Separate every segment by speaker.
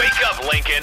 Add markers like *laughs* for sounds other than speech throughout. Speaker 1: Wake up, Lincoln.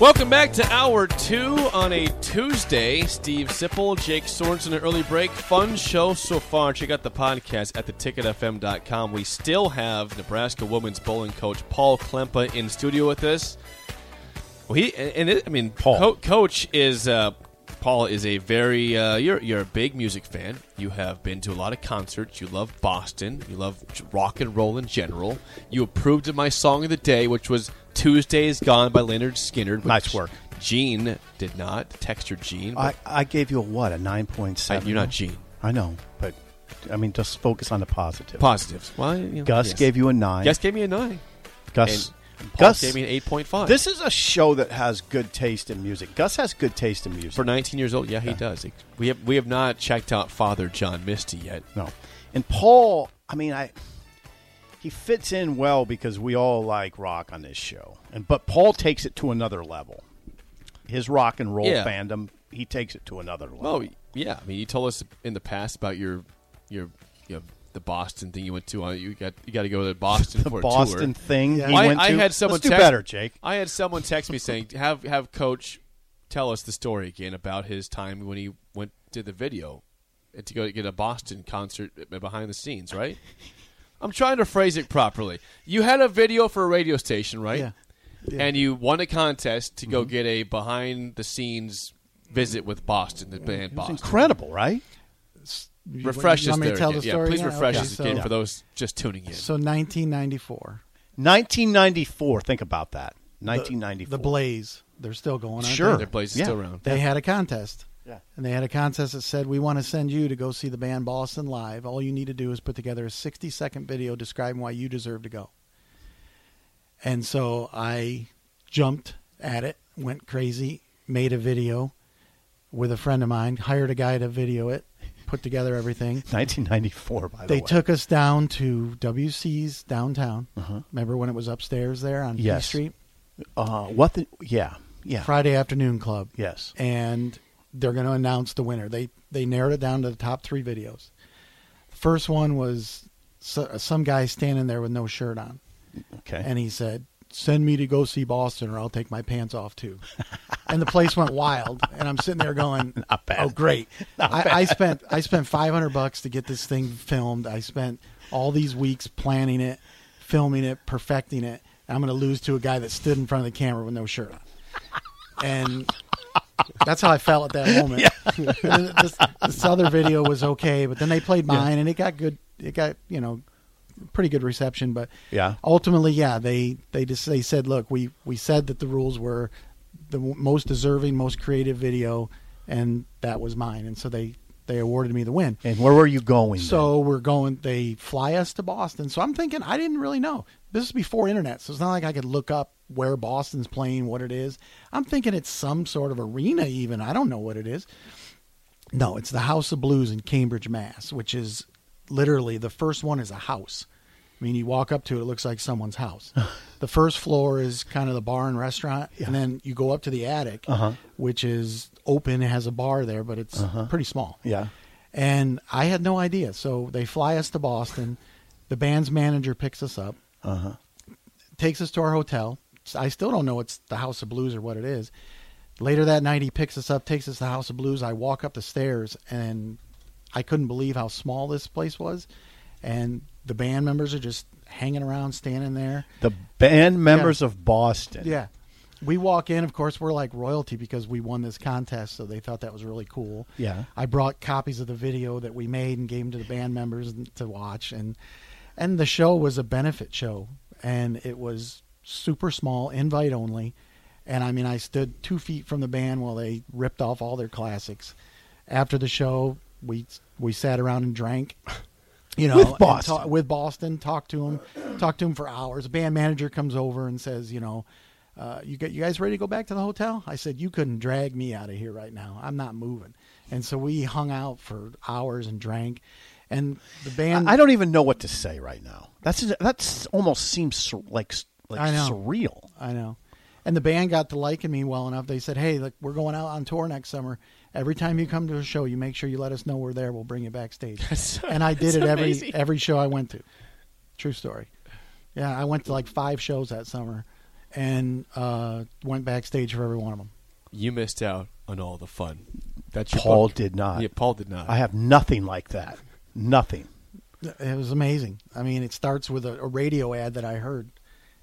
Speaker 2: Welcome back to hour two on a Tuesday. Steve Sipple, Jake Sorensen, an early break. Fun show so far. Check out the podcast at theticketfm.com. We still have Nebraska women's bowling coach Paul Klempa in studio with us. Well, he and it, I mean Paul Co- coach is uh, Paul is a very uh, you're you're a big music fan. You have been to a lot of concerts. You love Boston. You love j- rock and roll in general. You approved of my song of the day, which was "Tuesday Is Gone" by Leonard Skinner. Which
Speaker 3: Nice work.
Speaker 2: Gene did not texture Gene.
Speaker 4: I,
Speaker 2: But
Speaker 4: I gave you a what? A nine point
Speaker 2: I,
Speaker 4: seven.
Speaker 2: you're not Gene.
Speaker 4: I know, but I mean, just focus on the positive.
Speaker 2: Positives. Well, you know,
Speaker 4: Gus
Speaker 2: yes.
Speaker 4: gave you a nine.
Speaker 2: Gus gave me a nine.
Speaker 4: Gus.
Speaker 2: And Paul
Speaker 4: Gus
Speaker 2: gave me an eight point five.
Speaker 4: This is a show that has good taste in music. Gus has good taste in music.
Speaker 2: for 19 years old, yeah, he does. We have we have not checked out Father John Misty yet.
Speaker 4: no, and Paul. I mean, I. He fits in well because we all like rock on this show, and but Paul takes it to another level. His rock and roll
Speaker 2: Yeah. Oh,
Speaker 4: fandom, he takes it to another level.
Speaker 2: Well, yeah. I mean, you told us in the past about your your you know, the Boston thing you went to. Uh, You got you got to go to Boston
Speaker 4: *laughs* the
Speaker 2: for a
Speaker 4: Boston
Speaker 2: tour.
Speaker 4: thing he
Speaker 2: I,
Speaker 4: went to.
Speaker 2: I had someone
Speaker 4: Let's do
Speaker 2: text-
Speaker 4: better, Jake.
Speaker 2: I had someone text me saying, "Have have coach tell us the story again about his time when he went did the video and to go get a Boston concert behind the scenes." Right? I'm trying to phrase it properly. You had a video for a radio station, right?
Speaker 4: Yeah.
Speaker 2: And you won a contest to go get a behind the scenes visit with Boston, the band
Speaker 4: It's
Speaker 2: Boston.
Speaker 4: incredible, right?
Speaker 5: You-
Speaker 2: refresh
Speaker 5: you
Speaker 2: us
Speaker 5: want me
Speaker 2: there
Speaker 5: to tell
Speaker 2: again.
Speaker 5: the story
Speaker 2: Yeah, please
Speaker 5: now?
Speaker 2: refresh
Speaker 5: Okay,
Speaker 2: us
Speaker 5: so,
Speaker 2: again for those just tuning in.
Speaker 5: So 1994,
Speaker 4: 1994. Think about that.
Speaker 5: the-
Speaker 4: 1994.
Speaker 5: The Blaze, they're still going. aren't
Speaker 4: Sure.
Speaker 2: Their place is
Speaker 4: Yeah.
Speaker 2: still around.
Speaker 5: They, They had a contest.
Speaker 4: Yeah.
Speaker 5: And they had a contest that said, "We want to send you to go see the band Boston live. All you need to do is put together a 60-second video describing why you deserve to go." And so I jumped at it, went crazy, made a video with a friend of mine, hired a guy to video it, put together everything.
Speaker 4: 1994. By the
Speaker 5: They
Speaker 4: way,
Speaker 5: took us down to WC's downtown. Remember when it was upstairs there on
Speaker 4: Uh-huh. Yes.
Speaker 5: P Street?
Speaker 4: Uh, what the? Yeah, yeah.
Speaker 5: Friday afternoon club.
Speaker 4: Yes.
Speaker 5: And they're going to announce the winner. They they narrowed it down to the top three videos. First one was so, some guy standing there with no shirt on,
Speaker 4: Okay.
Speaker 5: and he said, "Send me to go see Boston, or I'll take my pants off too." and the place went wild. And I'm sitting there going,
Speaker 4: *laughs* Not bad.
Speaker 5: "Oh, great! I, I spent I spent 500 bucks to get this thing filmed. I spent all these weeks planning it, filming it, perfecting it. And I'm going to lose to a guy that stood in front of the camera with no shirt on." and that's how I felt at that moment. *laughs* And then this, this other video was okay, but then they played mine, and it got good. It got you know pretty good reception, but
Speaker 4: Yeah.
Speaker 5: ultimately, yeah, they they just they said, look, we we said that the rules were the w- most deserving, most creative video, and that was mine, and so they they awarded me the win.
Speaker 4: and where were you going?
Speaker 5: So we're going. They fly us to Boston. So I'm thinking I didn't really know. This is before internet, so it's not like I could look up where Boston's playing, what it is. I'm thinking it's some sort of arena, even. I don't know what it is. No, it's the House of Blues in Cambridge, Mass, which is literally the first one is a house. I mean, you walk up to it, it looks like someone's house. the first floor is kind of the bar and restaurant, and then you go up to the attic, which is open. It has a bar there, but it's pretty small.
Speaker 4: Yeah.
Speaker 5: And I had no idea. So they fly us to Boston. The band's manager picks us up, takes us to our hotel. I still don't know it's the House of Blues or what it is. Later that night, he picks us up, takes us to the House of Blues. I walk up the stairs, and I couldn't believe how small this place was. And the band members are just hanging around, standing there.
Speaker 4: The band members of Boston.
Speaker 5: Yeah. We walk in, of course, we're like royalty because we won this contest, so they thought that was really cool.
Speaker 4: Yeah.
Speaker 5: I brought copies of the video that we made and gave them to the band members to watch and and the show was a benefit show and it was super small, invite only. And I mean I stood two feet from the band while they ripped off all their classics. After the show, we we sat around and drank. *laughs* You know,
Speaker 4: With
Speaker 5: and
Speaker 4: Boston.
Speaker 5: talk- with Boston, talk to him, talk to him for hours. A band manager comes over and says, you know, uh, you get you guys ready to go back to the hotel? I said, you couldn't drag me out of here right now. I'm not moving. And so we hung out for hours and drank, and the band.
Speaker 4: I don't even know what to say right now. That's that's almost seems sur- like like
Speaker 5: I know.
Speaker 4: surreal.
Speaker 5: I know. And the band got to liking me well enough. They said, "Hey, look, we're going out on tour next summer. Every time you come to a show, you make sure you let us know we're there. We'll bring you backstage." and I did it every
Speaker 2: amazing.
Speaker 5: every show I went to. True story. Yeah, I went to like five shows that summer, and uh, went backstage for every one of them.
Speaker 2: You missed out on all the fun. That's your
Speaker 4: Paul
Speaker 2: book.
Speaker 4: did not.
Speaker 2: Yeah, Paul did not.
Speaker 4: I have nothing like that. Nothing.
Speaker 5: It was amazing. I mean, it starts with a, a radio ad that I heard,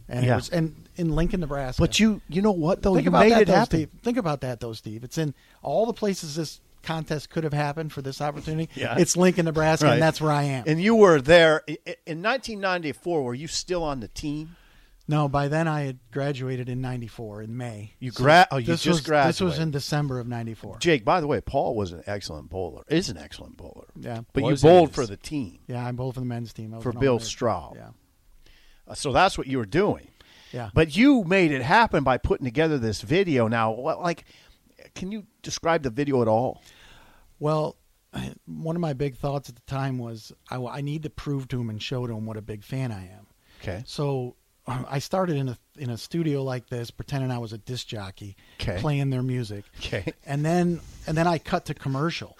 Speaker 5: and it
Speaker 4: Yeah.
Speaker 5: was and in Lincoln, Nebraska.
Speaker 4: But you you know what though?
Speaker 5: think
Speaker 4: Oh, you
Speaker 5: about
Speaker 4: made
Speaker 5: that,
Speaker 4: it
Speaker 5: though,
Speaker 4: happen.
Speaker 5: Steve. Think about that, though, Steve. It's in all the places this contest could have happened for this opportunity.
Speaker 4: *laughs* Yeah.
Speaker 5: It's Lincoln, Nebraska,
Speaker 4: Right.
Speaker 5: and that's where I am.
Speaker 4: And you were there i- i- in 1994. Were you still on the team?
Speaker 5: no, by then I had graduated in '94 in May.
Speaker 4: You gra- oh, you
Speaker 5: this
Speaker 4: just
Speaker 5: was, This was
Speaker 4: graduated.
Speaker 5: in December of '94.
Speaker 4: Jake, by the way, Paul was an excellent bowler. Is an excellent bowler.
Speaker 5: Yeah.
Speaker 4: but
Speaker 2: Was
Speaker 4: you bowled
Speaker 2: is.
Speaker 4: for the team
Speaker 5: yeah, I'm both in the men's team I was
Speaker 4: for
Speaker 5: an
Speaker 4: Bill
Speaker 5: all-American.
Speaker 4: Straub.
Speaker 5: Yeah,
Speaker 4: Uh, So that's what you were doing.
Speaker 5: yeah.
Speaker 4: But you made it happen by putting together this video. Now, what, like, can you describe the video at all?
Speaker 5: Well, *sighs* one of my big thoughts at the time was I, I need to prove to him and show to him what a big fan I am.
Speaker 4: Okay.
Speaker 5: So *clears throat* uh, I started in a in a studio like this, pretending I was a disc jockey,
Speaker 4: 'Kay.
Speaker 5: playing their music.
Speaker 4: Okay.
Speaker 5: And then and then I cut to commercial.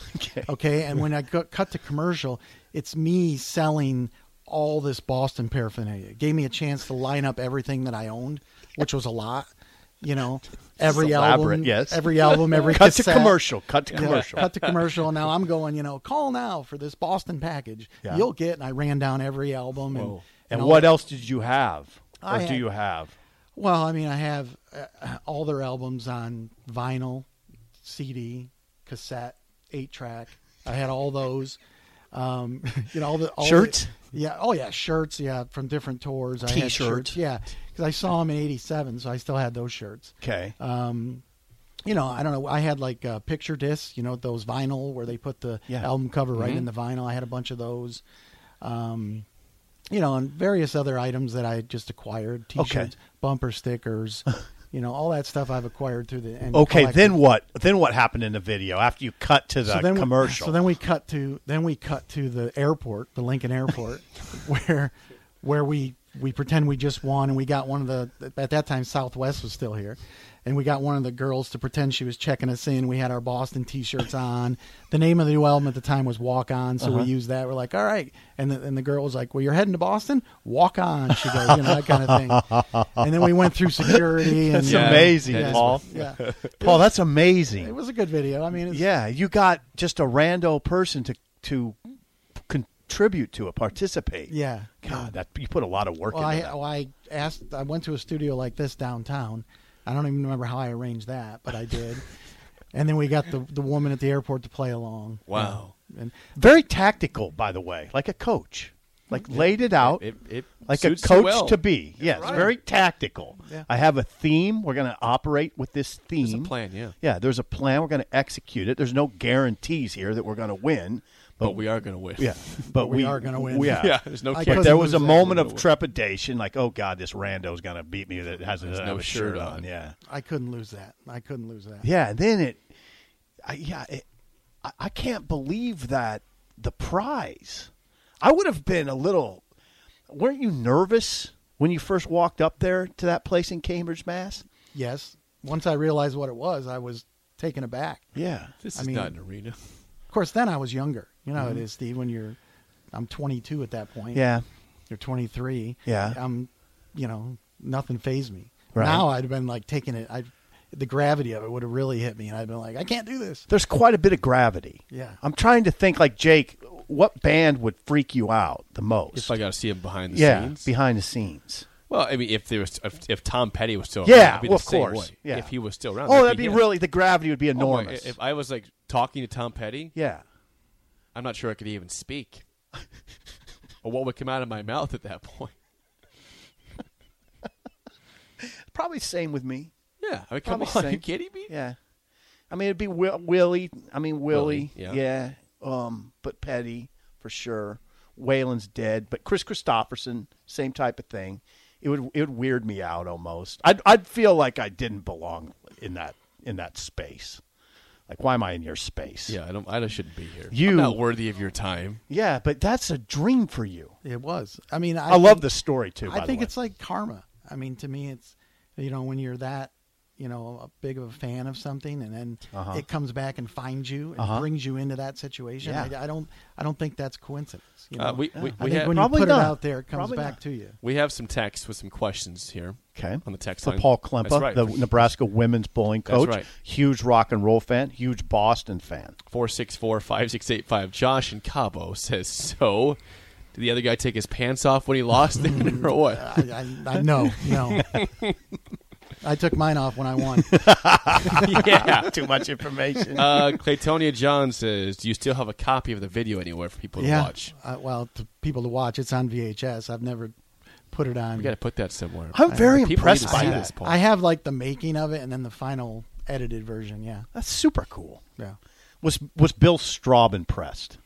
Speaker 4: 'Kay.
Speaker 5: And when I go, cut to commercial, it's me selling all this Boston paraphernalia. It gave me a chance to line up everything that I owned, which was a lot. You
Speaker 4: *laughs*
Speaker 5: know, every
Speaker 4: elaborate,
Speaker 5: album,
Speaker 4: yes.
Speaker 5: every album, every
Speaker 4: Cut to
Speaker 5: cassette.
Speaker 4: commercial. Cut to
Speaker 5: Yeah,
Speaker 4: commercial.
Speaker 5: cut to commercial. Now I'm going, you know, call now for this Boston package.
Speaker 4: Yeah.
Speaker 5: You'll get. And I ran down every album and,
Speaker 2: Whoa.
Speaker 4: And
Speaker 5: all
Speaker 4: what
Speaker 5: that.
Speaker 4: else did you have? Or
Speaker 5: I
Speaker 4: do
Speaker 5: had-
Speaker 4: you have?
Speaker 5: Well, I mean, I have uh, all their albums on vinyl, CD, cassette, eight track. I had all those. Um, *laughs* you know, all the all the-
Speaker 4: Shirts?
Speaker 5: yeah. Oh yeah, shirts. Yeah, from different tours. I had
Speaker 4: T-shirt.
Speaker 5: shirts. Yeah, because I saw them in '87, so I still had those shirts.
Speaker 4: Okay.
Speaker 5: Um, You know, I don't know. I had like uh, picture discs. You know, those vinyl where they put the
Speaker 4: Yeah. Mm-hmm.
Speaker 5: album cover right in the vinyl. I had a bunch of those. Um, you know, and various other items that I just acquired:
Speaker 4: Okay.
Speaker 5: t-shirts,
Speaker 4: *laughs*
Speaker 5: bumper stickers. you know, all that stuff I've acquired through the. And
Speaker 4: okay.
Speaker 5: collected.
Speaker 4: Then what? Then what happened in the video after you cut to the
Speaker 5: then we-
Speaker 4: commercial?
Speaker 5: so then we cut to then we cut to the airport, the Lincoln Airport, *laughs* where where we we pretend we just won, and we got one of the at that time Southwest was still here, and we got one of the girls to pretend she was checking us in. We had our Boston T-shirts on. The name of the new album at the time was Walk On,
Speaker 4: Uh-huh.
Speaker 5: so we used that. We're like, all right, and the, and the girl was like, well, you're heading to Boston, Walk On. She goes, you know that kind of thing. And then we went through security.
Speaker 4: *laughs*
Speaker 5: and uh,
Speaker 4: That's
Speaker 2: Yeah,
Speaker 4: amazing,
Speaker 2: that is-
Speaker 4: Paul.
Speaker 5: Yeah,
Speaker 4: Paul, that's amazing.
Speaker 5: it was a good video. I mean, it's,
Speaker 4: yeah, you got just a rando person to to contribute to it, participate.
Speaker 5: yeah.
Speaker 4: God, that you put a lot of work
Speaker 5: Well, I,
Speaker 4: into that.
Speaker 5: well, I asked. I went to a studio like this downtown. I don't even remember how I arranged that, but
Speaker 4: *laughs*
Speaker 5: I did. and then we got the the woman at the airport to play along.
Speaker 2: wow.
Speaker 5: And
Speaker 4: Very tactical, by the way, like a coach, like laid it out.
Speaker 2: It, it
Speaker 4: like a
Speaker 2: suits you
Speaker 4: coach
Speaker 2: well.
Speaker 4: to be. Yes, very tactical.
Speaker 5: Yeah.
Speaker 4: I have a theme. We're going to operate with this theme.
Speaker 2: There's a plan, yeah.
Speaker 4: Yeah, there's a plan. We're going to execute it. There's no guarantees here that we're going to win.
Speaker 2: But we are going to win. *laughs*
Speaker 4: Yeah, but
Speaker 5: we
Speaker 4: we,
Speaker 5: are gonna win.
Speaker 4: Yeah.
Speaker 2: Yeah, there's no
Speaker 5: I
Speaker 2: kidding.
Speaker 4: But
Speaker 5: couldn't
Speaker 4: there was a
Speaker 5: lose that.
Speaker 4: moment of trepidation, like, "Oh God, this rando's gonna beat me that has
Speaker 2: There's
Speaker 4: not
Speaker 2: no
Speaker 4: have a
Speaker 2: shirt
Speaker 4: shirt on.
Speaker 2: on.
Speaker 4: Yeah,
Speaker 5: I couldn't lose that. I couldn't lose that.
Speaker 4: yeah. And then it, I, yeah, it, I, I can't believe that the prize. I would have been a little. Weren't you nervous when you first walked up there to that place in Cambridge, Mass?
Speaker 5: Yes. Once I realized what it was, I was taken aback.
Speaker 4: Yeah.
Speaker 2: This
Speaker 5: I
Speaker 2: is
Speaker 5: mean-
Speaker 2: not an arena.
Speaker 5: Of course, then I was younger. You know how it is, Steve. When you're, I'm 22 at that point.
Speaker 4: Mm-hmm. Yeah.
Speaker 5: You're 23.
Speaker 4: Yeah.
Speaker 5: I'm, you know, nothing phased me.
Speaker 4: Right.
Speaker 5: Now I'd have been like taking it. I, the gravity of it would have really hit me, and I'd been like, I can't do this.
Speaker 4: There's quite a bit of gravity.
Speaker 5: Yeah.
Speaker 4: I'm trying to think like Jake, what band would freak you out the most?
Speaker 2: If I got to see him behind the
Speaker 4: yeah,
Speaker 2: scenes.
Speaker 4: behind the scenes.
Speaker 2: well, I mean, if there was, if, if Tom Petty was still
Speaker 4: Oh, Yeah,
Speaker 2: around, it'd be
Speaker 4: well,
Speaker 2: the
Speaker 4: of
Speaker 2: same
Speaker 4: course.
Speaker 2: way.
Speaker 4: Yeah.
Speaker 2: If he was still around,
Speaker 4: Oh,
Speaker 2: that'd
Speaker 4: that'd be
Speaker 2: him.
Speaker 4: really the gravity would be
Speaker 2: Oh my-
Speaker 4: enormous.
Speaker 2: if I was like talking to Tom Petty,
Speaker 4: yeah.
Speaker 2: I'm not sure I could even
Speaker 4: *laughs*
Speaker 2: speak. or what would come out of my mouth at that point?
Speaker 4: Probably same with me.
Speaker 2: Yeah, I mean, come
Speaker 4: Probably
Speaker 2: on, are you
Speaker 4: same.
Speaker 2: kidding me?
Speaker 4: Yeah. I mean, it'd be Will- Willie. I mean, Willie.
Speaker 2: Willie, yeah.
Speaker 4: yeah. Um, but Petty for sure. Waylon's dead, but Chris Christopherson, same type of thing. It would it would weird me out almost. I'd I'd feel like I didn't belong in that in that space. Like, why am I in your space?
Speaker 2: Yeah, I don't. I shouldn't be here.
Speaker 4: You-
Speaker 2: I'm not worthy of your time.
Speaker 4: Yeah, but that's a dream for you.
Speaker 5: It was. I mean, I,
Speaker 4: I, love
Speaker 5: think-
Speaker 4: this story too. by
Speaker 5: I
Speaker 4: the
Speaker 5: think
Speaker 4: way.
Speaker 5: it's like karma. I mean, to me, it's you know when you're that you know a big of a fan of something, and then
Speaker 4: Uh-huh.
Speaker 5: it comes back and finds you and brings you into that situation.
Speaker 4: Yeah.
Speaker 5: I, I don't. I don't think that's coincidence. You know?
Speaker 2: Uh, we we,
Speaker 5: I
Speaker 2: we
Speaker 5: think
Speaker 2: have
Speaker 5: when you
Speaker 4: Probably
Speaker 5: put
Speaker 4: not.
Speaker 5: it out there, it comes
Speaker 4: Probably
Speaker 5: back
Speaker 4: not.
Speaker 5: to you.
Speaker 2: we have some texts with some questions here.
Speaker 4: Okay.
Speaker 2: on the text
Speaker 4: for
Speaker 2: line.
Speaker 4: Paul Klempa,
Speaker 2: That's right.
Speaker 4: the Nebraska women's bowling
Speaker 2: That's
Speaker 4: coach.
Speaker 2: right.
Speaker 4: Huge rock and roll fan, huge Boston fan.
Speaker 2: Four six four five six eight five. Josh in Cabo says so. Did the other guy take his pants off when he lost
Speaker 4: *laughs*
Speaker 2: then, or
Speaker 4: Ah.
Speaker 2: what?
Speaker 5: I, I, I, no, no. *laughs* I took mine off when I
Speaker 4: *laughs*
Speaker 5: won.
Speaker 2: yeah.
Speaker 4: Too
Speaker 2: *laughs*
Speaker 4: much information.
Speaker 2: Uh, Claytonia John says, "Do you still have a copy of the video anywhere for people
Speaker 5: yeah.
Speaker 2: to watch?
Speaker 5: Uh, well, to people to watch, it's on VHS. I've never put it on.
Speaker 2: We got to put that somewhere."
Speaker 4: I'm very
Speaker 2: people need
Speaker 4: impressed
Speaker 2: to
Speaker 4: by
Speaker 2: see
Speaker 4: that.
Speaker 2: this, Paul.
Speaker 5: I have like the making of it, and then the final edited version. Yeah,
Speaker 4: That's super cool.
Speaker 5: yeah.
Speaker 4: Was was Bill Straub impressed?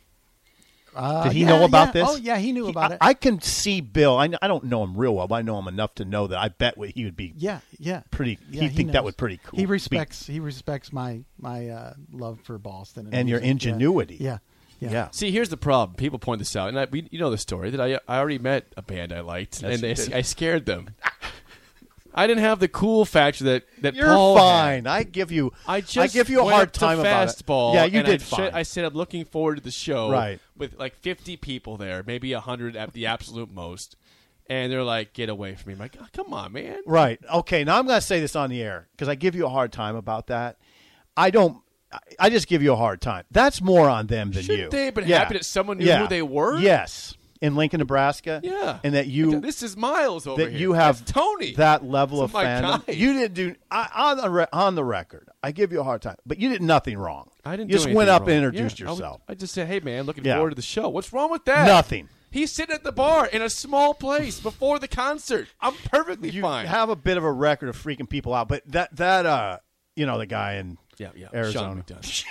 Speaker 5: Uh,
Speaker 4: Did he
Speaker 5: yeah,
Speaker 4: know about
Speaker 5: yeah.
Speaker 4: this?
Speaker 5: Oh yeah, he knew about
Speaker 4: I,
Speaker 5: it.
Speaker 4: I can see Bill. I, kn- I don't know him real well, but I know him enough to know that I bet what he would be.
Speaker 5: yeah, yeah.
Speaker 4: pretty-
Speaker 5: Yeah,
Speaker 4: he'd think that
Speaker 5: knows.
Speaker 4: would pretty cool.
Speaker 5: He
Speaker 4: Be-
Speaker 5: respects. He respects my my uh, love for Boston
Speaker 4: And your
Speaker 5: music. Yeah.
Speaker 4: ingenuity.
Speaker 5: Yeah, yeah.
Speaker 4: Yeah.
Speaker 2: See, here's the problem. People point this out, and I, we, you know the story that I, I already met a band I liked, and they, I scared them. I didn't have the cool factor that that
Speaker 4: You're
Speaker 2: Paul had.
Speaker 4: fine. I give you.
Speaker 2: I just
Speaker 4: give you a
Speaker 2: went
Speaker 4: hard
Speaker 2: up to
Speaker 4: time about it.
Speaker 2: fastball.
Speaker 4: Yeah, you
Speaker 2: and
Speaker 4: did
Speaker 2: I,
Speaker 4: fine.
Speaker 2: Said, I said I'm looking forward to the show.
Speaker 4: Right.
Speaker 2: With like 50 people there, maybe 100 at the absolute most, and they're like, "Get away from me!" I'm like, "Oh, come on, man.
Speaker 4: Right. Okay. Now I'm going to say this on the air because I give you a hard time about that. I don't. I- I just give you a hard time. That's more on them than you.
Speaker 2: Shouldn't they have been happy that someone knew
Speaker 4: Yeah.
Speaker 2: who they were?
Speaker 4: Yes, in Lincoln, Nebraska.
Speaker 2: Yeah.
Speaker 4: and that you
Speaker 2: This is Miles over
Speaker 4: that
Speaker 2: here.
Speaker 4: you have
Speaker 2: That's Tony.
Speaker 4: that level
Speaker 2: That's
Speaker 4: of
Speaker 2: my
Speaker 4: fandom.
Speaker 2: guy.
Speaker 4: You didn't do I, on the re, on the record. I give you a hard time, but you did nothing wrong.
Speaker 2: I didn't.
Speaker 4: You just
Speaker 2: do anything
Speaker 4: went up
Speaker 2: wrong.
Speaker 4: and introduced
Speaker 2: Yeah, I was-
Speaker 4: yourself.
Speaker 2: I, just said, "Hey, man, looking
Speaker 4: Yeah.
Speaker 2: forward to the show. What's wrong with that?"
Speaker 4: Nothing.
Speaker 2: He's sitting at the bar in a small place before the concert. I'm perfectly
Speaker 4: you
Speaker 2: fine.
Speaker 4: have a bit of a record of freaking people out, but that that uh, you know, the guy in
Speaker 2: yeah, yeah.
Speaker 4: Arizona.
Speaker 2: Sean McDonough.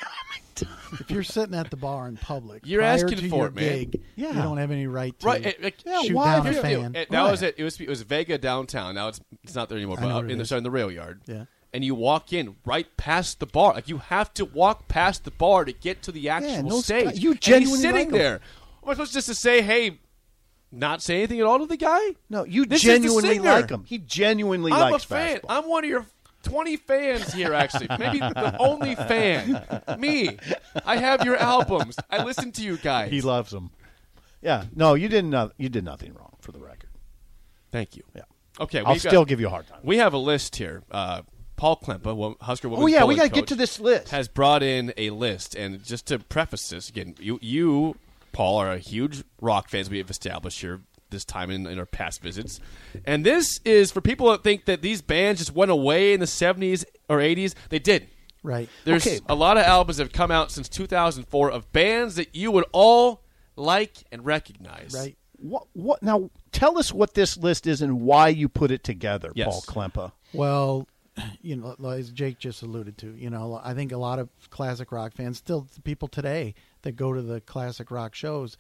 Speaker 5: If you're sitting at the bar in public,
Speaker 2: You're
Speaker 5: prior
Speaker 2: asking
Speaker 5: to
Speaker 2: for
Speaker 5: your
Speaker 2: it, man.
Speaker 5: Gig,
Speaker 4: Yeah.
Speaker 5: you don't have any right to.
Speaker 2: Right. it- it-
Speaker 5: shoot why down a
Speaker 2: Here's the deal.
Speaker 5: fan.
Speaker 2: It- that
Speaker 4: Right.
Speaker 2: was it. It was it was Vega downtown. Now it's it's not there anymore.
Speaker 5: I
Speaker 2: But
Speaker 5: know
Speaker 2: out
Speaker 5: what
Speaker 2: in
Speaker 5: it
Speaker 2: the
Speaker 5: is.
Speaker 2: in the rail yard.
Speaker 5: Yeah.
Speaker 2: And you walk in right past the bar. Like you have to walk past the bar to get to the actual
Speaker 4: and those
Speaker 2: stage.
Speaker 4: guys- you
Speaker 2: And
Speaker 4: genuinely
Speaker 2: he's sitting
Speaker 4: like 'em.
Speaker 2: there. Am I supposed just to say, "Hey"? Not say anything at all to the guy?
Speaker 4: No, you
Speaker 2: This is the
Speaker 4: genuinely
Speaker 2: singer.
Speaker 4: like him. He genuinely
Speaker 2: I'm a
Speaker 4: likes
Speaker 2: fan.
Speaker 4: fastball.
Speaker 2: I'm one of your 20 fans here, actually. Maybe the only fan. Me. I have your albums. I listen to you guys.
Speaker 4: he loves him. Yeah. No, you didn't. Uh, you did nothing wrong for the record.
Speaker 2: Thank you.
Speaker 4: Yeah.
Speaker 2: Okay.
Speaker 4: I'll
Speaker 2: we've got-
Speaker 4: still give you a hard time.
Speaker 2: We have a list here. Uh, Paul Klempa, wo- Husker women's
Speaker 4: Oh yeah,
Speaker 2: bowling
Speaker 4: we got to
Speaker 2: coach,
Speaker 4: get to this list.
Speaker 2: Has brought in a list, and just to preface this again, you, you Paul, are a huge rock fans. We have established here this time in, in our past visits, and this is for people that think that these bands just went away in the '70s or '80s. They did.
Speaker 5: Right.
Speaker 2: There's
Speaker 4: Okay.
Speaker 2: a lot of albums that have come out since 2004 of bands that you would all like and recognize.
Speaker 5: Right.
Speaker 4: What, what now? Tell us what this list is and why you put it together,
Speaker 2: Yes.
Speaker 4: Paul Klempa.
Speaker 5: Well, you know, like- as Jake just alluded to, you know, I think a lot of classic rock fans, still people today that go to the classic rock shows,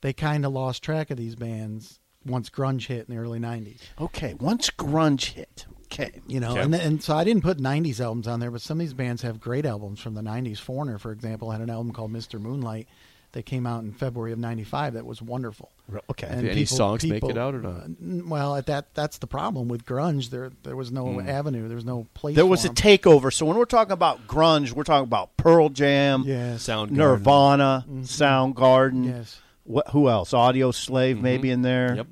Speaker 5: they kind of lost track of these bands once grunge hit in the early 90s.
Speaker 4: Okay, once grunge hit. Okay,
Speaker 5: You know,
Speaker 2: Okay.
Speaker 5: and and so I didn't put '90s albums on there, but some of these bands have great albums from the '90s. Foreigner, for example, had an album called Mr. Moonlight that came out in February of '95 that was wonderful.
Speaker 4: okay.
Speaker 5: And
Speaker 2: Did any songs make it out or not?
Speaker 5: uh, n- well, at that that's the problem with grunge. There there was no
Speaker 2: Hmm.
Speaker 5: avenue, there was no place.
Speaker 4: There was
Speaker 5: for
Speaker 4: a
Speaker 5: 'em.
Speaker 4: takeover. So when we're talking about grunge, we're talking about Pearl Jam,
Speaker 5: Yes.
Speaker 2: Soundgarden. Mm-hmm.
Speaker 4: Nirvana, Soundgarden.
Speaker 5: Yes.
Speaker 4: What? Who else? Audio Slave, maybe in there.
Speaker 2: Mm-hmm. Yep.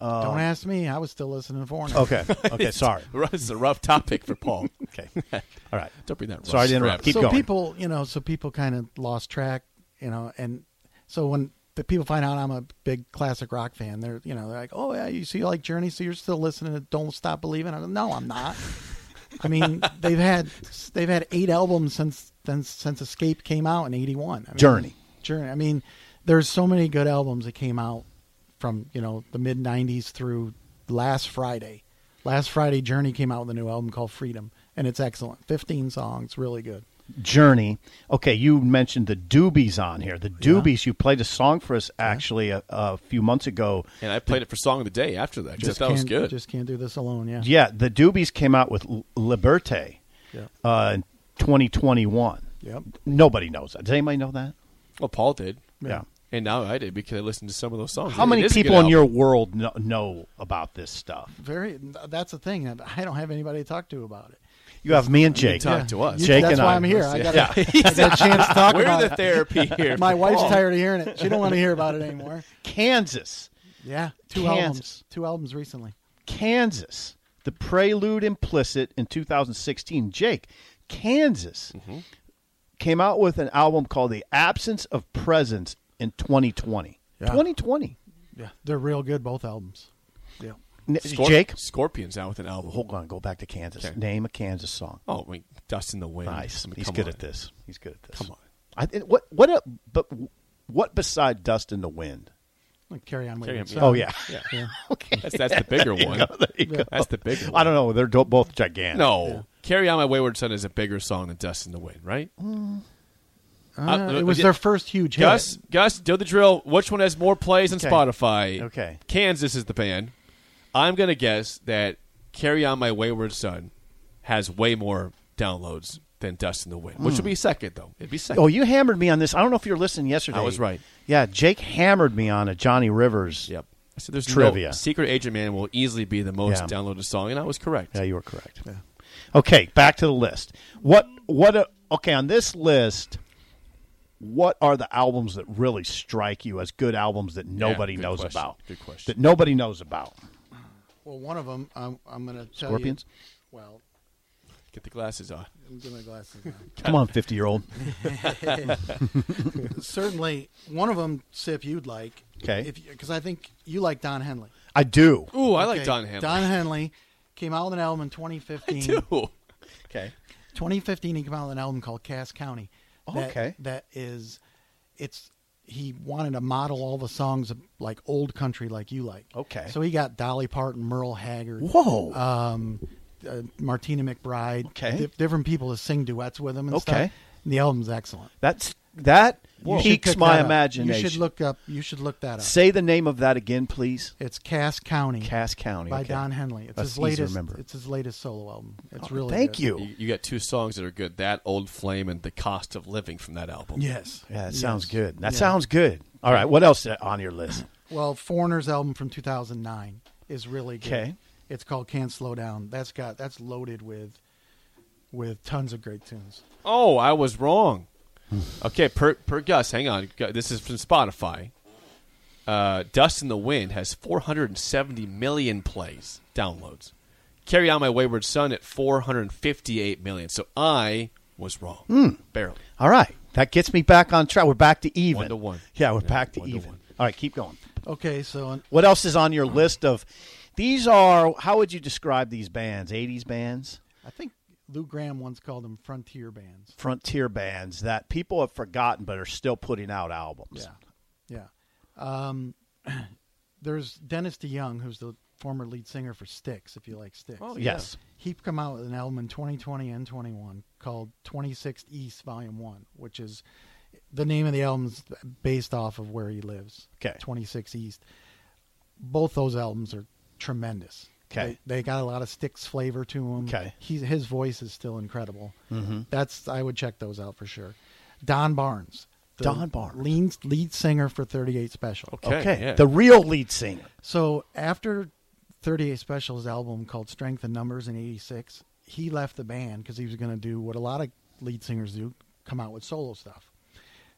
Speaker 5: Don't ask me. I was still listening to Foreigner.
Speaker 2: *laughs*
Speaker 4: Okay. Okay. sorry.
Speaker 2: This is a rough topic for Paul.
Speaker 4: Okay. All right.
Speaker 2: Don't bring that. rough
Speaker 4: Sorry to interrupt.
Speaker 2: crap.
Speaker 4: Keep
Speaker 5: so
Speaker 4: going.
Speaker 5: people, you know, so people kind of lost track, you know, and so when the people find out I'm a big classic rock fan, they're, you know, they're like, oh yeah, you see, you like Journey, so you're still listening to Don't Stop Believing. I go, no, I'm not. I mean, they've had they've had eight albums since since since Escape came out in '81. I mean,
Speaker 4: Journey.
Speaker 5: Journey. I mean, there's so many good albums that came out from you know the mid '90s through last Friday. Last Friday, Journey came out with a new album called Freedom, and it's excellent. 15 songs, really good.
Speaker 4: Journey. Okay, you mentioned the Doobies on here. The Doobies. You played a song for us actually a, a few months ago.
Speaker 2: And I played it for song of the day after that. 'cause I
Speaker 5: just
Speaker 2: thought it was
Speaker 5: can't-
Speaker 2: good.
Speaker 5: Just can't do this alone. Yeah.
Speaker 4: Yeah, the Doobies came out with L- Liberté
Speaker 5: Yeah.
Speaker 4: uh, in 2021.
Speaker 5: Yep.
Speaker 4: Nobody knows that. Does anybody know that?
Speaker 2: well, Paul did,
Speaker 4: Yeah.
Speaker 2: and now I did because I listened to some of those songs.
Speaker 4: How
Speaker 2: It
Speaker 4: many
Speaker 2: is a good
Speaker 4: people in
Speaker 2: album.
Speaker 4: your world know, know about this stuff?
Speaker 5: Very. That's the thing. I don't have anybody to talk to about it.
Speaker 4: You have me and Jake.
Speaker 2: talk to us.
Speaker 5: You-
Speaker 4: Jake
Speaker 5: that's
Speaker 4: and
Speaker 5: why
Speaker 4: I.
Speaker 5: am here. I got, a, *laughs* I got a chance to talk
Speaker 2: We're
Speaker 4: *laughs*
Speaker 5: about
Speaker 2: the
Speaker 5: it.
Speaker 2: therapy here.
Speaker 5: My
Speaker 2: for
Speaker 5: wife's
Speaker 2: Paul.
Speaker 5: tired of hearing it. She don't want to hear about it anymore.
Speaker 4: Kansas.
Speaker 5: Yeah. Two
Speaker 4: Kansas.
Speaker 5: albums. Two albums recently.
Speaker 4: Kansas. The Prelude Implicit in 2016. Jake, Kansas
Speaker 2: Mm-hmm.
Speaker 4: came out with an album called The Absence of Presence in 2020.
Speaker 5: Yeah.
Speaker 4: 2020.
Speaker 5: Yeah. They're real good. Both albums. Yeah.
Speaker 4: N-
Speaker 2: Scorp-
Speaker 4: Jake,
Speaker 2: Scorpions out with an album.
Speaker 4: hold on, go back to Kansas.
Speaker 2: Okay.
Speaker 4: Name a Kansas song.
Speaker 2: Oh, I mean, Dust in the Wind.
Speaker 4: Nice.
Speaker 2: I mean,
Speaker 4: He's
Speaker 2: come
Speaker 4: good
Speaker 2: on.
Speaker 4: at this. He's good at this.
Speaker 2: Come on.
Speaker 4: I, it- what what a, but what beside Dust in the Wind?
Speaker 5: Like carry on with
Speaker 2: Carry On,
Speaker 5: it.
Speaker 2: yeah.
Speaker 4: Oh yeah.
Speaker 2: Um, Yeah.
Speaker 5: yeah. Uh,
Speaker 2: That's, that's the bigger one.
Speaker 4: *laughs* There *laughs* you go.
Speaker 2: That's the bigger one.
Speaker 4: I don't know. They're do- both gigantic.
Speaker 2: No. Carry On My Wayward Son is a bigger song than Dust in the Wind, right?
Speaker 4: Mm.
Speaker 5: Uh,
Speaker 2: Uh,
Speaker 5: it was
Speaker 2: yeah.
Speaker 5: their first huge hit.
Speaker 2: Gus, Gus, do the drill. Which one has more plays on
Speaker 4: Okay.
Speaker 2: Spotify?
Speaker 4: Okay.
Speaker 2: Kansas is the band. I'm going to guess that Carry On My Wayward Son has way more downloads than Dust in the Wind, which would be second, though. It'd be second.
Speaker 4: Hmm. Oh, you hammered me on this. I don't know if you were listening yesterday.
Speaker 2: I was right.
Speaker 4: Yeah, Jake hammered me on a Johnny Rivers.
Speaker 2: Yep. I said there's No,
Speaker 4: Trivia.
Speaker 2: Secret Agent Man will easily be the most
Speaker 4: Yeah.
Speaker 2: downloaded song, and I was correct.
Speaker 4: Yeah, you were correct. Okay, back to the list. What what a, okay, on this list what are the albums that really strike you as good albums that nobody
Speaker 2: good
Speaker 4: knows
Speaker 2: question.
Speaker 4: about?
Speaker 2: Good question.
Speaker 4: That nobody knows about.
Speaker 5: Well, one of them, I'm, I'm going to tell
Speaker 4: Scorpions?
Speaker 5: you. Well,
Speaker 2: Get the glasses on.
Speaker 5: I'm getting my glasses now.
Speaker 4: Come on, 50 year old.
Speaker 5: *laughs* Certainly, one of them, Sip, you'd like.
Speaker 4: 'Kay.
Speaker 5: Because I think you like Don Henley.
Speaker 4: I do.
Speaker 2: Ooh, I like
Speaker 5: Okay,
Speaker 2: Don *laughs* Henley.
Speaker 5: Don Henley came out with an
Speaker 4: *laughs*
Speaker 5: album in 2015.
Speaker 2: Ooh.
Speaker 5: 2015, he came out with an album called Cass County. that-
Speaker 4: Oh, Okay.
Speaker 5: That is, it's he wanted to model all the songs of like old country, like you like.
Speaker 4: Okay.
Speaker 5: So he got Dolly Parton, Merle Haggard,
Speaker 4: Whoa.
Speaker 5: uh, Martina McBride,
Speaker 4: Okay.
Speaker 5: di- different people to sing duets with him. And
Speaker 4: Okay.
Speaker 5: Stuff. And the album's excellent.
Speaker 4: That's that
Speaker 5: You should
Speaker 4: piques
Speaker 5: pick
Speaker 4: my
Speaker 5: that up.
Speaker 4: imagination.
Speaker 5: You should look up. You should look that up.
Speaker 4: Say the name of that again, please.
Speaker 5: It's Cass County.
Speaker 4: Cass County
Speaker 5: by
Speaker 4: okay.
Speaker 5: Don Henley. It's
Speaker 4: That's easy
Speaker 5: his
Speaker 4: to
Speaker 5: latest.
Speaker 4: remember.
Speaker 5: It's his latest solo album. It's
Speaker 4: Oh,
Speaker 5: really
Speaker 4: Thank
Speaker 5: good.
Speaker 4: you.
Speaker 2: You, you got two songs that are good That Old Flame and The Cost of Living from that album.
Speaker 5: Yes.
Speaker 4: Yeah, that
Speaker 5: Yes.
Speaker 4: sounds good. That
Speaker 5: Yeah.
Speaker 4: sounds good. All right, what else uh, on your list?
Speaker 5: Well, Foreigner's album from 2009 is really good.
Speaker 4: Okay.
Speaker 5: It's called Can't Slow Down. That's got that's loaded with with tons of great tunes.
Speaker 2: Oh, I was wrong. okay, per, per Gus, hang on. Gu- This is from Spotify. Uh, Dust in the Wind has 470 million plays, downloads. Carry On My Wayward Son at 458 million. So I was wrong.
Speaker 4: Hmm.
Speaker 2: Barely.
Speaker 4: *clears throat* All right. That gets me back on track. We're back to even.
Speaker 2: One to one.
Speaker 4: Yeah, we're back to
Speaker 2: one to
Speaker 4: even.
Speaker 2: one.
Speaker 4: All right, keep going.
Speaker 5: Okay, so
Speaker 4: What else is on your list of these are how would you describe these bands? 80s bands,
Speaker 5: I think Lou Graham once called them frontier bands.
Speaker 4: frontier bands that people have forgotten but are still putting out albums.
Speaker 5: Yeah. Um, *clears throat* there's Dennis DeYoung, who's the former lead singer for Styx, if you like Styx.
Speaker 2: Oh,
Speaker 4: Yes.
Speaker 5: He come out with an album in 2020 and 21 called 26th East Volume 1, which is the name of the album's based off of where he lives.
Speaker 4: Okay.
Speaker 5: 26 East. Both those albums are tremendous.
Speaker 4: Okay.
Speaker 5: They, they got a lot of Styx flavor to them.
Speaker 4: Okay. Mm-hmm.
Speaker 5: He, his voice is still incredible. That's I would check those out for sure. Don Barnes. the
Speaker 4: Don Barnes.
Speaker 5: Lead, lead singer for 38 Special.
Speaker 2: Okay.
Speaker 4: Okay.
Speaker 2: yeah.
Speaker 4: The real lead singer.
Speaker 5: So after 38 Special's album called Strength in Numbers in 86, he left the band because he was going to do what a lot of lead singers do come out with solo stuff.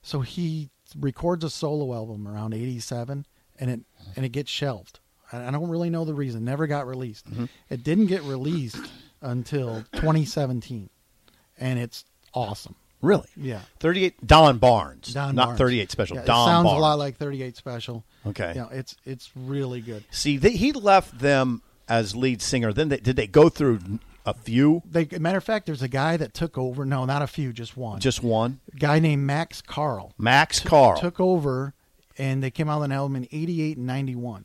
Speaker 5: So he records a solo album around 87 and it and it gets shelved. I I don't really know the reason. Never got released. It didn't get released until 2017, and it's awesome.
Speaker 4: Really?
Speaker 5: Yeah.
Speaker 4: 38 Don Barnes.
Speaker 5: Don
Speaker 4: not
Speaker 5: Barnes.
Speaker 4: 38 special.
Speaker 5: Yeah,
Speaker 4: Don
Speaker 5: it sounds
Speaker 4: Barnes.
Speaker 5: a lot like 38 Special.
Speaker 4: Okay.
Speaker 5: Yeah, it's it's really good.
Speaker 4: See, they, he left them as lead singer. Then they, did they go through a few?
Speaker 5: They, matter of fact, there's a guy that took over. No, not a few, just one.
Speaker 4: Just one?
Speaker 5: guy named Max Carl
Speaker 4: Max Carl.
Speaker 5: took over, and they came out with an album in '88 and '91.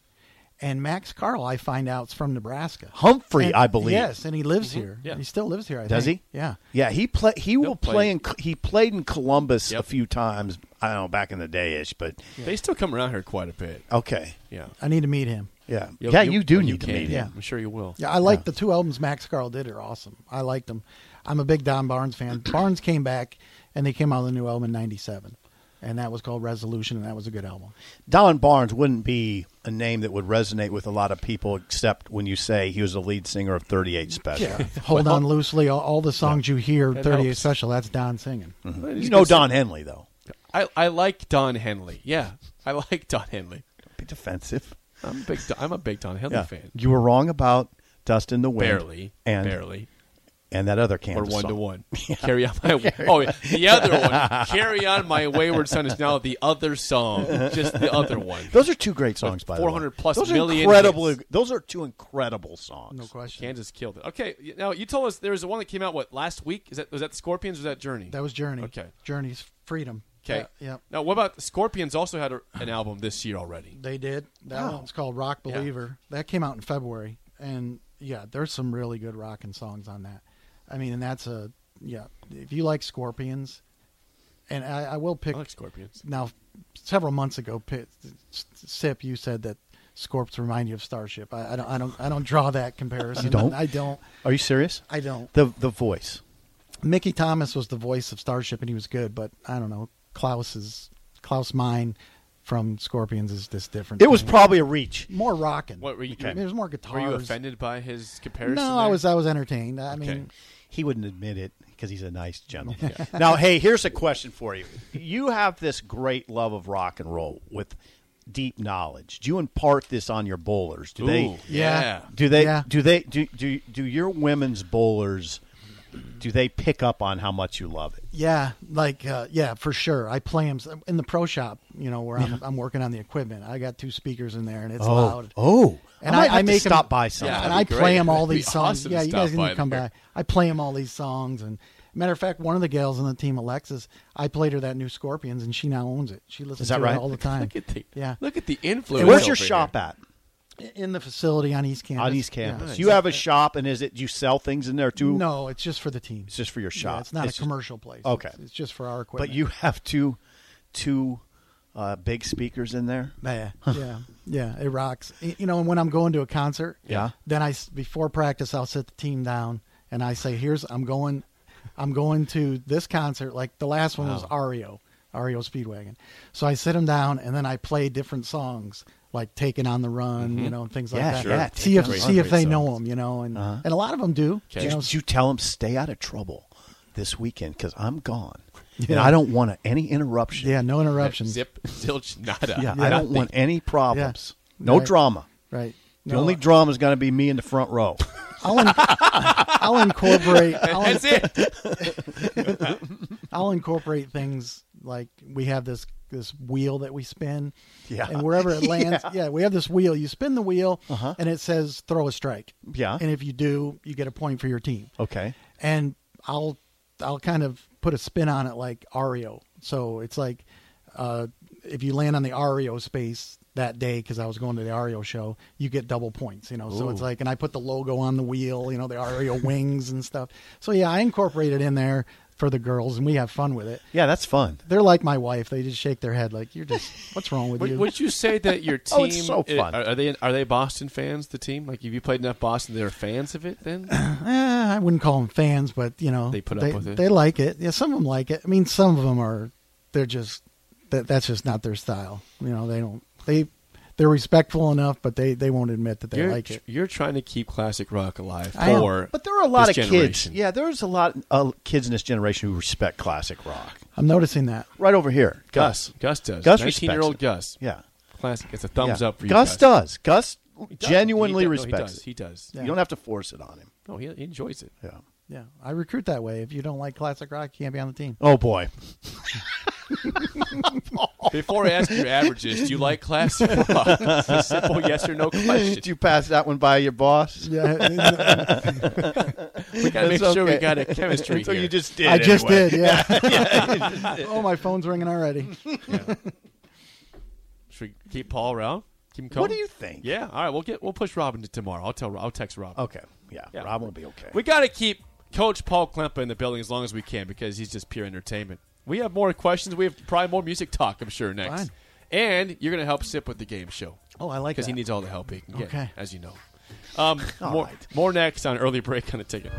Speaker 5: And Max Carl, I find out, is from Nebraska.
Speaker 4: Humphrey,
Speaker 5: And-
Speaker 4: I believe.
Speaker 5: Yes, and he lives here.
Speaker 2: Yeah.
Speaker 5: He still lives here. I
Speaker 4: Does
Speaker 5: think.
Speaker 4: he?
Speaker 5: Yeah.
Speaker 4: Yeah, he play. He will
Speaker 2: play.
Speaker 4: play in. He played in Columbus a
Speaker 2: Yep.
Speaker 4: few times. I don't know back in the day ish, but
Speaker 2: They still come around here quite a bit.
Speaker 4: okay.
Speaker 2: Yeah.
Speaker 5: I need to meet him.
Speaker 4: Yeah,
Speaker 2: You'll-
Speaker 4: yeah, you, do
Speaker 2: when
Speaker 4: need to
Speaker 2: can.
Speaker 4: meet him.
Speaker 2: I'm sure you will.
Speaker 5: Yeah, I like the two albums Max Carl did are awesome. I liked them. I'm a big Don
Speaker 2: *clears throat*
Speaker 5: Barnes fan. Barnes came back, and they came out with a new album in '97, and that was called Resolution, and that was a
Speaker 2: *laughs*
Speaker 5: good album.
Speaker 4: Don Barnes wouldn't be a name that would resonate with a lot of people, except when you say he was the lead singer of 38 Special.
Speaker 5: Hold on loosely. All, all the songs you hear,
Speaker 2: That
Speaker 5: 38
Speaker 2: helps. Mm-hmm.
Speaker 5: Special, that's Don singing.
Speaker 4: You know Don Henley, though.
Speaker 2: I, I like Don Henley. Yeah, I *laughs* like Don Henley.
Speaker 4: Don't be defensive.
Speaker 2: I'm a big. Don- I'm a big Don Henley
Speaker 4: Yeah.
Speaker 2: fan.
Speaker 4: You were wrong about Dust in the Wind.
Speaker 2: Barely,
Speaker 4: And,
Speaker 2: barely,
Speaker 4: And that other
Speaker 2: or
Speaker 4: Kansas
Speaker 2: one to
Speaker 4: song. *laughs*
Speaker 2: one. Carry on my. Oh, yeah, the other one. Carry on my wayward son is now the other song. Just the other one.
Speaker 4: Those are two great songs, by the way.
Speaker 2: 400 plus
Speaker 4: those are
Speaker 2: million
Speaker 4: Incredible,
Speaker 2: hits.
Speaker 4: Those are two incredible songs.
Speaker 5: No question.
Speaker 2: Kansas killed it. Okay, y- now you told us there was the one that came out what last week? Is that was that the Scorpions or was that Journey?
Speaker 5: That was Journey.
Speaker 2: Okay.
Speaker 5: Journey's Freedom.
Speaker 2: okay.
Speaker 5: Uh, yep.
Speaker 2: Now what about the Scorpions? Also had a, an album this year already.
Speaker 5: They did. That one's called Rock Believer. That came out in February. And yeah, there's some really good rockin' songs on that. I mean, and that's a, yeah, if you like Scorpions, and I, I will pick.
Speaker 2: I like Scorpions.
Speaker 5: Now, several months ago, Pit, Sip, you said that Scorps remind you of Starship. I, I don't, I don't, I don't draw that comparison.
Speaker 4: You don't?
Speaker 5: I don't.
Speaker 4: Are you serious?
Speaker 5: I don't.
Speaker 4: The the voice.
Speaker 5: Mickey Thomas was the voice of Starship, and he was good. But I don't know. Klaus is Klaus Mine from Scorpions is this different.
Speaker 4: It was
Speaker 5: thing.
Speaker 4: probably a reach.
Speaker 5: more rocking.
Speaker 2: What were you?
Speaker 5: I mean, there's more
Speaker 2: Were
Speaker 5: guitars.
Speaker 2: you offended by his comparison?
Speaker 5: No, I
Speaker 2: there?
Speaker 5: was. uh, I was entertained. I mean,
Speaker 2: Okay.
Speaker 4: He wouldn't admit it because he's a nice gentleman. *laughs* Now, hey, here's a question for you. You have this great love of rock and roll with deep knowledge. Do you impart this on your bowlers? Do
Speaker 2: Ooh,
Speaker 4: they?
Speaker 5: Yeah.
Speaker 2: yeah.
Speaker 4: Do they?
Speaker 5: Yeah.
Speaker 4: Do they? Do do do your women's bowlers? Do they pick up on how much you love it?
Speaker 5: yeah, like uh, yeah, for sure. I play them in the pro shop. You know, where I'm, I'm working on the equipment. I got two speakers in there, and it's loud.
Speaker 4: oh!
Speaker 5: And
Speaker 4: I, might
Speaker 5: I-
Speaker 4: have
Speaker 5: I
Speaker 4: to
Speaker 5: make 'em-
Speaker 4: stop by sometime.
Speaker 2: that'd
Speaker 5: and
Speaker 2: be
Speaker 5: I play
Speaker 2: great.
Speaker 5: him all
Speaker 2: That'd be
Speaker 5: these songs.
Speaker 2: awesome to
Speaker 5: yeah, you
Speaker 2: stop
Speaker 5: guys need
Speaker 2: by
Speaker 5: to come
Speaker 2: there.
Speaker 5: by. I play him all these songs, and matter of fact, one of the gals on the team, Alexis, I played her that new Scorpions, and she now owns it. She listens
Speaker 4: Is that
Speaker 5: to
Speaker 4: right?
Speaker 5: it all the time.
Speaker 2: Look at the
Speaker 5: yeah,
Speaker 2: Look at the influence.
Speaker 4: Where's your
Speaker 2: over
Speaker 4: shop
Speaker 2: here.
Speaker 4: at?
Speaker 5: in the facility on East Campus.
Speaker 4: On East
Speaker 5: Yeah.
Speaker 4: Campus. You have a shop, and is it you sell things in there too?
Speaker 5: No, it's just for the team.
Speaker 4: it's just for your
Speaker 5: Yeah,
Speaker 4: shop.
Speaker 5: it's not a
Speaker 4: just-
Speaker 5: commercial place.
Speaker 4: Okay.
Speaker 5: it's, it's just for our equipment.
Speaker 4: But you have two, two uh, big speakers in there.
Speaker 5: *laughs* Yeah, yeah, yeah. It rocks. Y- You know, and when I'm going to a concert,
Speaker 4: Yeah.
Speaker 5: Then I s- before practice, I'll sit the team down and I say, "Here's I'm going, I'm going to this concert." Like the last one was Ario, Ario Speedwagon. So I sit them down and then I play different songs like "Taking on the Run," you know, and things
Speaker 4: Mm-hmm. Yeah,
Speaker 5: like that.
Speaker 4: sure. Yeah,
Speaker 5: see
Speaker 4: Taken
Speaker 5: if
Speaker 4: on the Run,
Speaker 5: see if
Speaker 4: great
Speaker 5: they
Speaker 4: songs.
Speaker 5: know them, you know, and and a lot of them do.
Speaker 2: Okay.
Speaker 5: You know,
Speaker 4: Did you tell them stay out of trouble this weekend because I'm
Speaker 5: *laughs*
Speaker 4: gone and I don't want any interruption.
Speaker 5: yeah, no interruptions.
Speaker 2: Zip, zilch, nada.
Speaker 4: Yeah, I don't want any problems. No
Speaker 5: Right.
Speaker 4: drama.
Speaker 5: Right.
Speaker 4: The
Speaker 5: No,
Speaker 4: only drama is going to be me in the front
Speaker 5: *laughs*
Speaker 4: row.
Speaker 5: I'll, in-
Speaker 4: *laughs*
Speaker 5: I'll incorporate. I'll
Speaker 2: That's it.
Speaker 5: I'll incorporate things like we have this this wheel that we spin.
Speaker 4: *laughs* Yeah. Uh-huh.
Speaker 5: And wherever it lands, yeah. we have this wheel. You spin the wheel and it says throw a strike.
Speaker 4: Yeah.
Speaker 5: And if you do, you get a point for your team.
Speaker 4: okay.
Speaker 5: And I'll I'll kind of put a spin on it like Ario. So it's like uh, if you land on the Ario space that day because I was going to the Ario show, you get double points, you know. So it's like, and I put the logo on the wheel, you know, the Ario *laughs* wings and stuff. So yeah, I incorporate it in there for the girls, and we have fun with it.
Speaker 4: Yeah, that's fun.
Speaker 5: They're like my wife; they just shake their head like, "You're just what's wrong with
Speaker 2: Would,
Speaker 5: you?"
Speaker 2: would you say that your team?
Speaker 4: *laughs* Oh, it's so fun.
Speaker 2: Are, are they are they Boston fans? The team, like, have you played enough Boston? They're fans of it.
Speaker 4: *clears throat*
Speaker 2: Then
Speaker 5: Eh, I wouldn't call them fans, but you know,
Speaker 2: They put up
Speaker 5: they,
Speaker 2: with it.
Speaker 5: They like it. Yeah, some of them like it. I mean, some of them are they're just that that's just not their style. You know, they don't they they're respectful enough, but they they won't admit that they
Speaker 2: you're,
Speaker 5: like it.
Speaker 2: you're trying to keep classic rock alive
Speaker 5: I am,
Speaker 2: for.
Speaker 4: But there are a lot of
Speaker 2: this
Speaker 4: kids.
Speaker 2: generation.
Speaker 4: Yeah, there's a lot of kids in this generation who respect classic rock.
Speaker 5: I'm noticing that.
Speaker 4: Right over here, Gus.
Speaker 2: Gus. Gus does.
Speaker 4: Gus respects
Speaker 2: Nineteen year old
Speaker 4: it.
Speaker 2: Gus.
Speaker 4: Yeah.
Speaker 2: Classic. It's a thumbs
Speaker 4: Yeah.
Speaker 2: up for you.
Speaker 4: Gus, does. Gus
Speaker 2: He does. He
Speaker 4: genuinely
Speaker 2: do- no, he
Speaker 4: respects
Speaker 2: does.
Speaker 4: it.
Speaker 2: He does.
Speaker 5: Yeah.
Speaker 4: You don't have to force it on him.
Speaker 2: No, he, he enjoys it.
Speaker 4: Yeah.
Speaker 5: Yeah, I recruit that way. If you don't like classic rock, you can't be on the team. *laughs*
Speaker 4: Oh boy. *laughs* Oh.
Speaker 2: Before I ask your averages, do you like
Speaker 4: *laughs*
Speaker 2: classic rock? It's a simple yes or no question.
Speaker 4: Did you pass that one by your boss?
Speaker 2: *laughs*
Speaker 5: Yeah,
Speaker 2: We gotta make
Speaker 4: It's
Speaker 2: sure we
Speaker 4: okay.
Speaker 2: got a
Speaker 4: *laughs*
Speaker 2: chemistry
Speaker 4: So
Speaker 2: here.
Speaker 4: you just did.
Speaker 5: I just
Speaker 4: anyway.
Speaker 5: did.
Speaker 2: *laughs*
Speaker 5: Yeah. *laughs* oh, my phone's ringing already.
Speaker 2: Should we keep Paul around? Keep him calm.
Speaker 4: What do you think?
Speaker 2: Yeah. All right. We'll get. We'll push Robin to tomorrow. I'll tell. Ro- I'll text Robin.
Speaker 4: Okay. Yeah.
Speaker 2: Yeah.
Speaker 4: Rob will be okay.
Speaker 2: We got to keep Coach Paul Klempa in the building as long as we can because he's just pure entertainment. We have more questions. We have probably more music talk. I'm sure next.
Speaker 5: Fine.
Speaker 2: And you're going to help Sip with the game show.
Speaker 5: Oh, I like
Speaker 2: because he
Speaker 5: that.
Speaker 2: needs all the help he can get,
Speaker 5: Okay. *laughs*
Speaker 2: as you know. Um,
Speaker 4: All
Speaker 2: more,
Speaker 4: right.
Speaker 2: more next on early break on the ticket.